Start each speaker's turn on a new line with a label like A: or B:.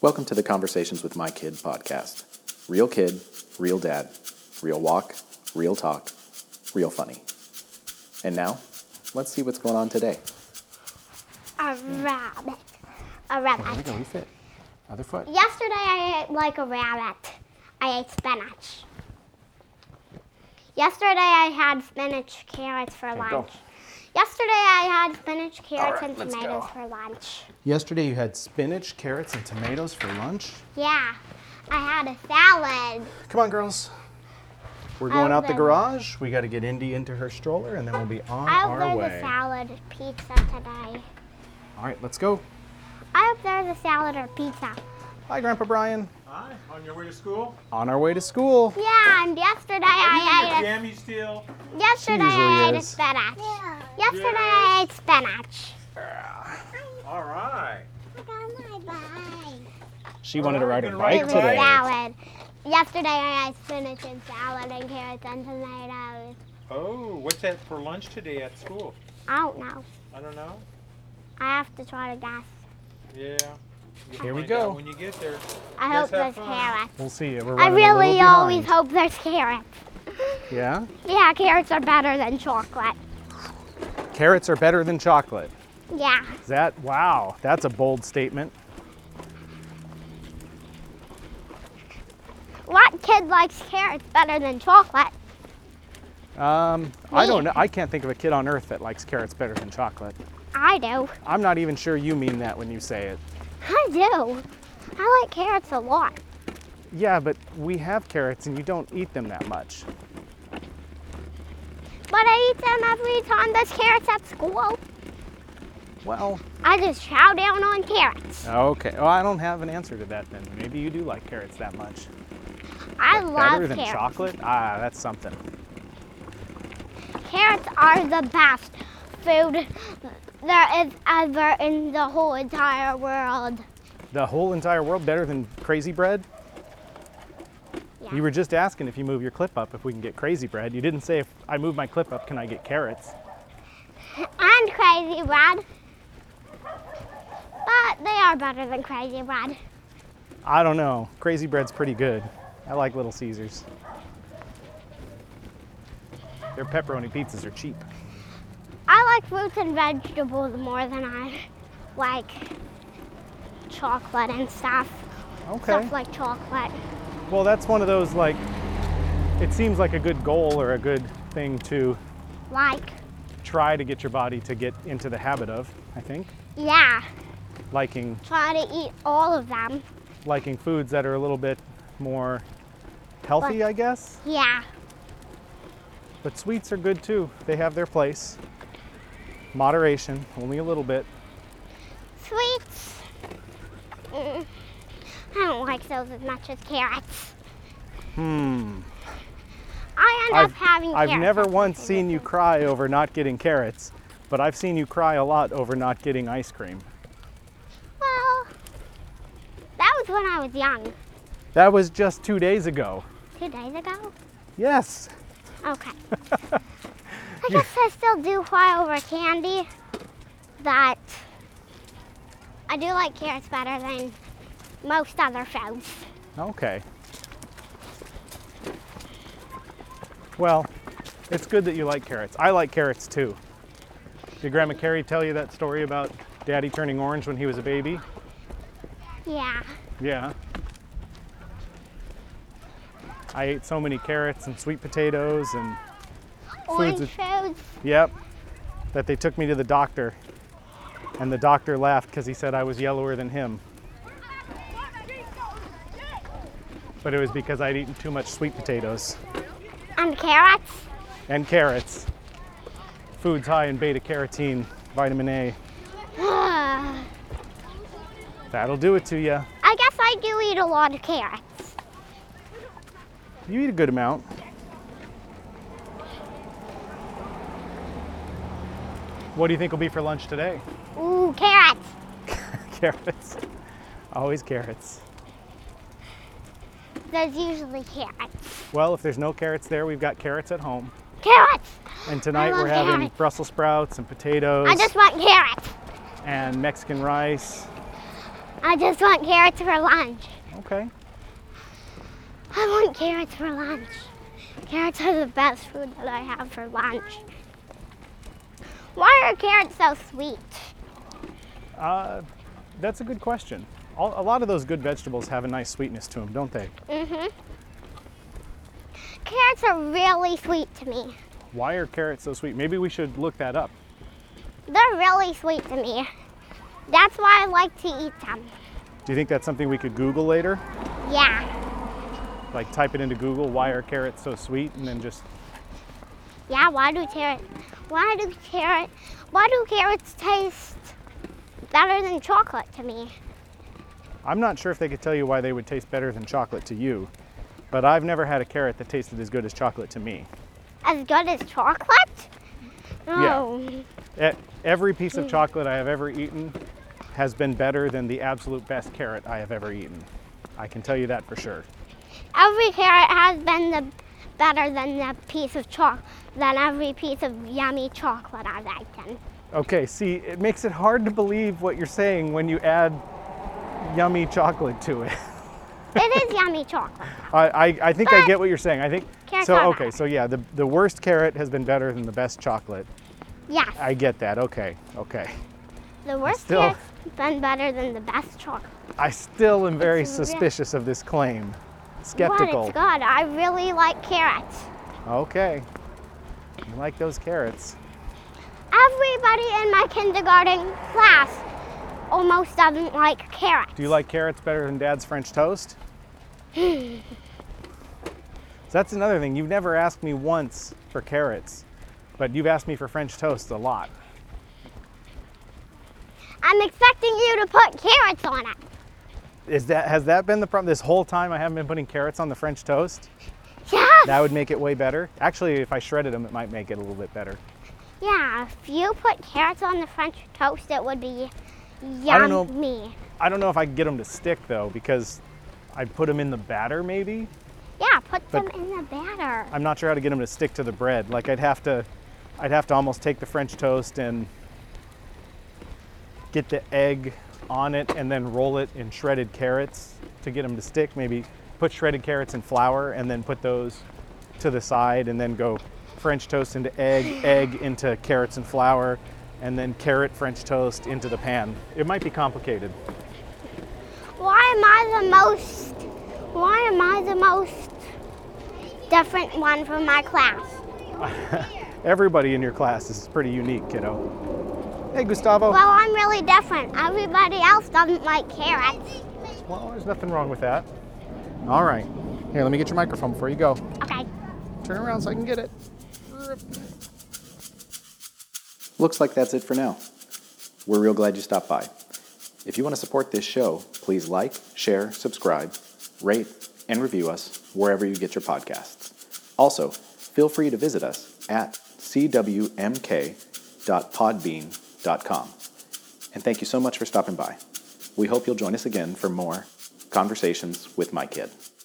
A: Welcome to the Conversations with My Kid podcast. Real kid, real dad, real walk, real talk, real funny. And now, let's see what's going on today.
B: A rabbit. A rabbit.
A: go, Ethan. Other foot.
B: Yesterday I ate like a rabbit. I ate spinach. Yesterday I had spinach carrots for
A: go.
B: lunch. Yesterday I had spinach carrots
A: right,
B: and
A: let's
B: tomatoes
A: go.
B: for lunch.
C: Yesterday you had spinach, carrots, and tomatoes for lunch.
B: Yeah. I had a salad.
C: Come on, girls. We're going out the
B: Okay.
C: garage. We got to get Indy into her stroller, and then we'll be on
B: I hope
C: our
B: there's
C: way.
B: a salad or pizza today.
C: All right, let's go.
B: I hope there's a salad or pizza.
C: Hi, Grandpa Brian.
D: Hi, on your way to school?
C: On our way to school.
B: Yeah, and yesterday I ate a
D: Jammy still?
B: Yesterday I
C: usually
B: ate a
C: is.
B: spinach. Yesterday I ate spinach.
D: All right.
B: I got my bag.
C: She wanted to ride her
D: Gonna
C: bike
B: It
D: ride
B: was
D: your
C: today.
B: salad. Yesterday I ate spinach and salad and carrots and tomatoes.
D: Oh, what's that for lunch today at school?
B: I don't know.
D: I don't know.
B: I have to try to guess.
D: Yeah. You'll
C: Here we
D: find out
C: go.
D: When you get there.
B: I hope
D: Let's
B: there's
D: have fun.
B: carrots.
C: We'll see. you. We're
B: I
C: running a little
B: really always
C: behind.
B: hope there's carrots.
C: Yeah.
B: Yeah, carrots are better than chocolate.
C: Carrots are better than chocolate.
B: Yeah.
C: Is that wow? That's a bold statement.
B: What kid likes carrots better than chocolate?
C: Um, I don't know. I can't think of a kid on earth that likes carrots better than chocolate.
B: I do.
C: I'm not even sure you mean that when you say it.
B: I do. I like carrots a lot.
C: Yeah, but we have carrots and you don't eat them that much.
B: But I eat them every time there's carrots at school.
C: Well,
B: I just chow down on carrots.
C: okay. Well, I don't have an answer to that then. Maybe you do like carrots that much.
B: I
C: Better
B: love
C: than
B: carrots.
C: chocolate? Ah, that's something.
B: Carrots are the best food there is ever in the whole entire world.
C: The whole entire world better than crazy bread?
B: Yeah.
C: You were just asking if you move your clip up if we can get crazy bread. You didn't say if I move my clip up, can I get carrots?
B: And crazy bread. But they are better than crazy bread.
C: I don't know. Crazy bread's pretty good. I like Little Caesars. Their pepperoni pizzas are cheap.
B: I like fruits and vegetables more than I like chocolate and stuff.
C: Okay.
B: Stuff like chocolate.
C: Well, that's one of those like, it seems like a good goal or a good thing to
B: Like,
C: try to get your body to get into the habit of, I think.
B: yeah,
C: Liking
B: try to eat all of them.
C: liking foods that are a little bit more healthy, I guess.
B: Yeah.
C: But sweets are good too. They have their place. Moderation, only a little bit.
B: Sweets. Mm. I don't like those as much as carrots.
C: Hmm.
B: I end
C: I've,
B: up having carrots.
C: I've never
B: after
C: once
B: I
C: seen
B: get
C: you
B: them.
C: cry over not getting carrots, but I've seen you cry a lot over not getting ice cream.
B: Well, that was when I was young.
C: That was just two days ago.
B: Two days ago?
C: Yes.
B: Okay. I guess I still do cry over candy, but I do like carrots better than most other foods.
C: Okay. Well, it's good that you like carrots. I like carrots too. Did Grandma Carrie tell you that story about Daddy turning orange when he was a baby?
B: Yeah.
C: Yeah. I ate so many carrots and sweet potatoes and
B: Orange
C: with-
B: foods.
C: yep, that they took me to the doctor. And the doctor laughed because he said I was yellower than him. But it was because I'd eaten too much sweet potatoes.
B: And carrots.
C: and carrots. Foods high in beta carotene, vitamin A.
B: I
C: That'll do it to you.
B: guess I do eat a lot of carrots.
C: You eat a good amount. What do you think will be for lunch today?
B: Ooh, carrots.
C: carrots. Always carrots.
B: There's usually carrots.
C: Well, if there's no carrots there, we've got carrots at home.
B: Carrots!
C: And tonight we're
B: love
C: having
B: carrots.
C: Brussels sprouts and potatoes
B: I just want carrots.
C: and Mexican rice.
B: I just want carrots for lunch.
C: Okay.
B: I want carrots for lunch. Carrots are the best food that I have for lunch. Why are carrots so sweet?
C: Uh, that's a good question. All, a lot of those good vegetables have a nice sweetness to them, don't they?
B: Mm-hmm. Carrots are really sweet to me.
C: Why are carrots so sweet? Maybe we should look that up.
B: They're really sweet to me. That's why I like to eat them.
C: Do you think that's something we could Google later?
B: Yeah.
C: Like type it into Google, why are carrots so sweet? And then just,
B: Yeah, why do carrots why do carrot why do carrots taste better than chocolate to me?
C: I'm not sure if they could tell you why they would taste better than chocolate to you, but I've never had a carrot that tasted as good as chocolate to me.
B: As good as chocolate? No.
C: E- Every piece of chocolate I have ever eaten has been better than the absolute best carrot I have ever eaten. I can tell you that for sure.
B: Every carrot has been the better than the piece of choc than every piece of yummy chocolate I've eaten.
C: Okay, see, it makes it hard to believe what you're saying when you add yummy chocolate to it.
B: It is yummy chocolate.
C: I, I, I think I get what you're saying. I think
B: Carrots
C: so.
B: are
C: Okay,
B: bad.
C: so yeah, the, the worst carrot has been better than the best chocolate.
B: Yes.
C: I get that. Okay, okay.
B: the worst
C: still-
B: carrot's been better than the best chocolate.
C: I still am very
B: It's re-
C: suspicious of this claim.
B: But
C: Skeptical.
B: it's good. I really like carrots.
C: Okay. You like those carrots?
B: Everybody in my kindergarten class almost doesn't like carrots.
C: Do you like carrots better than Dad's French toast? so that's another thing. You've never asked me once for carrots, but you've asked me for French toast a lot.
B: I'm expecting you to put carrots on it.
C: Is that has that been the problem this whole time? I haven't been putting carrots on the French toast.
B: Yes.
C: That would make it way better. Actually, if I shredded them, it might make it a little bit better.
B: Yeah, if you put carrots on the French toast, it would be yummy.
C: I don't know. I don't know if I could get them to stick though, because I put them in the batter maybe.
B: Yeah, put them
C: But-
B: in the batter.
C: I'm not sure how to get them to stick to the bread. Like I'd have to, I'd have to almost take the French toast and get the egg on it, and then roll it in shredded carrots to get them to stick. Maybe put shredded carrots in flour, and then put those to the side, and then go French toast into egg, egg into carrots and flour, and then carrot French toast into the pan. It might be complicated.
B: Why am I the most? Why am I the most different one from my class?
C: Everybody in your class is pretty unique, kiddo. Hey, Gustavo.
B: Well, I'm really different. Everybody else doesn't like carrots.
C: Well, there's nothing wrong with that. All right. Here, let me get your microphone before you go.
B: Okay.
C: Turn around so I can get it.
A: Looks like that's it for now. We're real glad you stopped by. If you want to support this show, please like, share, subscribe, rate, and review us wherever you get your podcasts. Also, feel free to visit us at cwmk.podbean.com. And thank you so much for stopping by. We hope you'll join us again for more Conversations with My Kid.